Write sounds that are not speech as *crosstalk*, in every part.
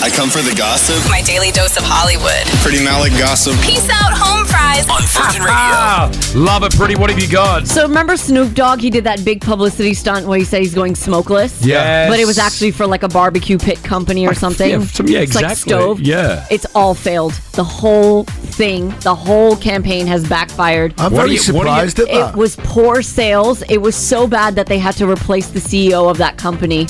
I come for the gossip. My daily dose of Hollywood. Pretty Malik gossip. Peace out, home fries. on Virgin Radio. Ah, love it, pretty. What have you got? So remember Snoop Dogg? He did that big publicity stunt where he said he's going smokeless. Yes. But it was actually for like a barbecue pit company or something. yeah, some- yeah, it's like exactly. stove. Yeah. It's all failed. The whole thing, the whole campaign has backfired. I'm uh. What very do you- what do you- surprised at that. It was poor sales. It was so bad that they had to replace the CEO of that company.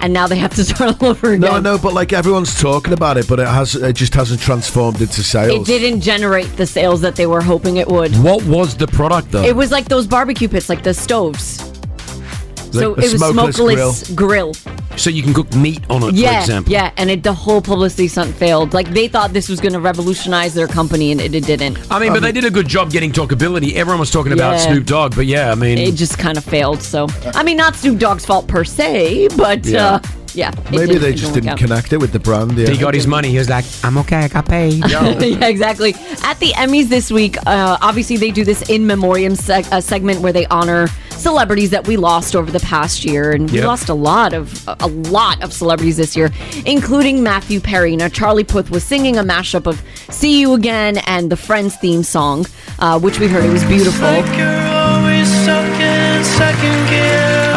And now they have to *laughs* start all over no, again. no, but like everyone's talking about it, but it has it just hasn't transformed into It sales. didn't generate the sales that they were hoping it would. What was the product though? It was like those barbecue pits, like the stoves. so the it was smokeless smokeless, grill. so you can cook meat on it, for Yeah, example. yeah, and it, the whole publicity stunt failed. Like they thought this was going to revolutionize their company, and it, it didn't. I mean, but they did a good job getting talkability. Everyone was talking about Um, Yeah. Snoop Dogg, but yeah, I mean, It just kind of failed. So I mean, not Snoop Dogg's fault per se, but Yeah. yeah, uh, yeah it Maybe didn't- they it just work didn't out. connect it with the brand. Yeah. he got his money. He was like, I'm okay, I got paid. *laughs* yeah, exactly. At the Emmys this week, uh, obviously they do this in memoriam seg- uh, segment where they honor celebrities that we lost over the past year, and we Yep. lost a lot of a lot of celebrities this year, including Matthew Perry. Now Charlie Puth was singing a mashup of "See You Again" and the Friends theme song, uh, which we heard. It was beautiful. I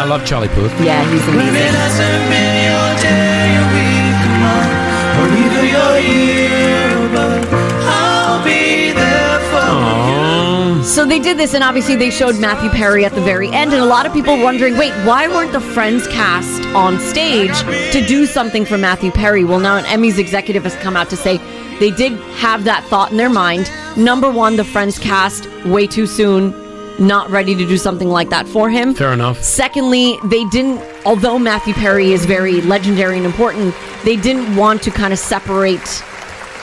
love Charlie Puth. Yeah, he's amazing. So they did this, and obviously they showed Matthew Perry at the very end, and a lot of people wondering, wait, why weren't the Friends cast on stage to do something for Matthew Perry? Well, now an Emmy's executive has come out to say they did have that thought in their mind. Number one, the Friends cast way too soon, not ready to do something like that for him. Fair enough. Secondly, they didn't, although Matthew Perry is very legendary and important, they didn't want to kind of separate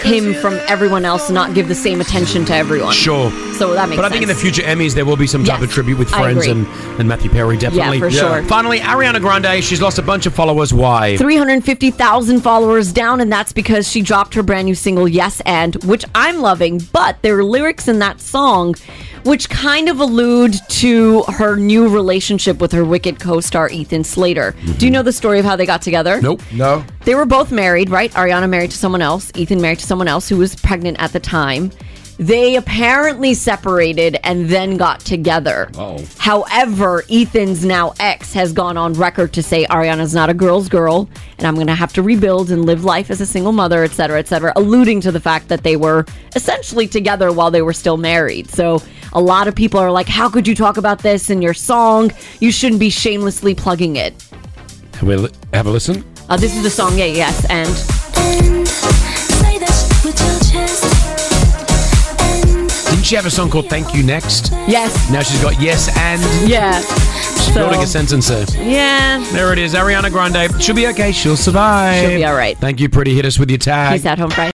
him from everyone else and not give the same attention to everyone. Sure. So that makes But I think in the sense. future Emmys, there will be some type Yes, of tribute with I Friends agree. and, and Matthew Perry, definitely. for sure. Finally, Ariana Grande, she's lost a bunch of followers. Why? 350,000 followers down, and that's because she dropped her brand new single, Yes and, which I'm loving, but there are lyrics in that song which kind of allude to her new relationship with her Wicked co star, Ethan Slater. Do you know the story of how they got together? Mm-hmm. Nope. No. They were both married, right? Ariana married to someone else, Ethan married to someone else who was pregnant at the time. They apparently separated and then got together. Oh. However, Ethan's now ex has gone on record to say Ariana's not a girl's girl and I'm going to have to rebuild and live life as a single mother, et cetera, et cetera, alluding to the fact that they were essentially together while they were still married. So a lot of people are like, how could you talk about this in your song? You shouldn't be shamelessly plugging it. Have, we li- have a listen. Uh, this is the song, yeah, yes, and. Didn't she have a song called Thank You Next? Yes. Now she's got Yes and. Yeah. Building So- a sentence there. Yeah. There it is, Ariana Grande. She'll be okay. She'll survive. She'll be all right. Thank you, pretty. Hit us with your tag. Peace out, home fries.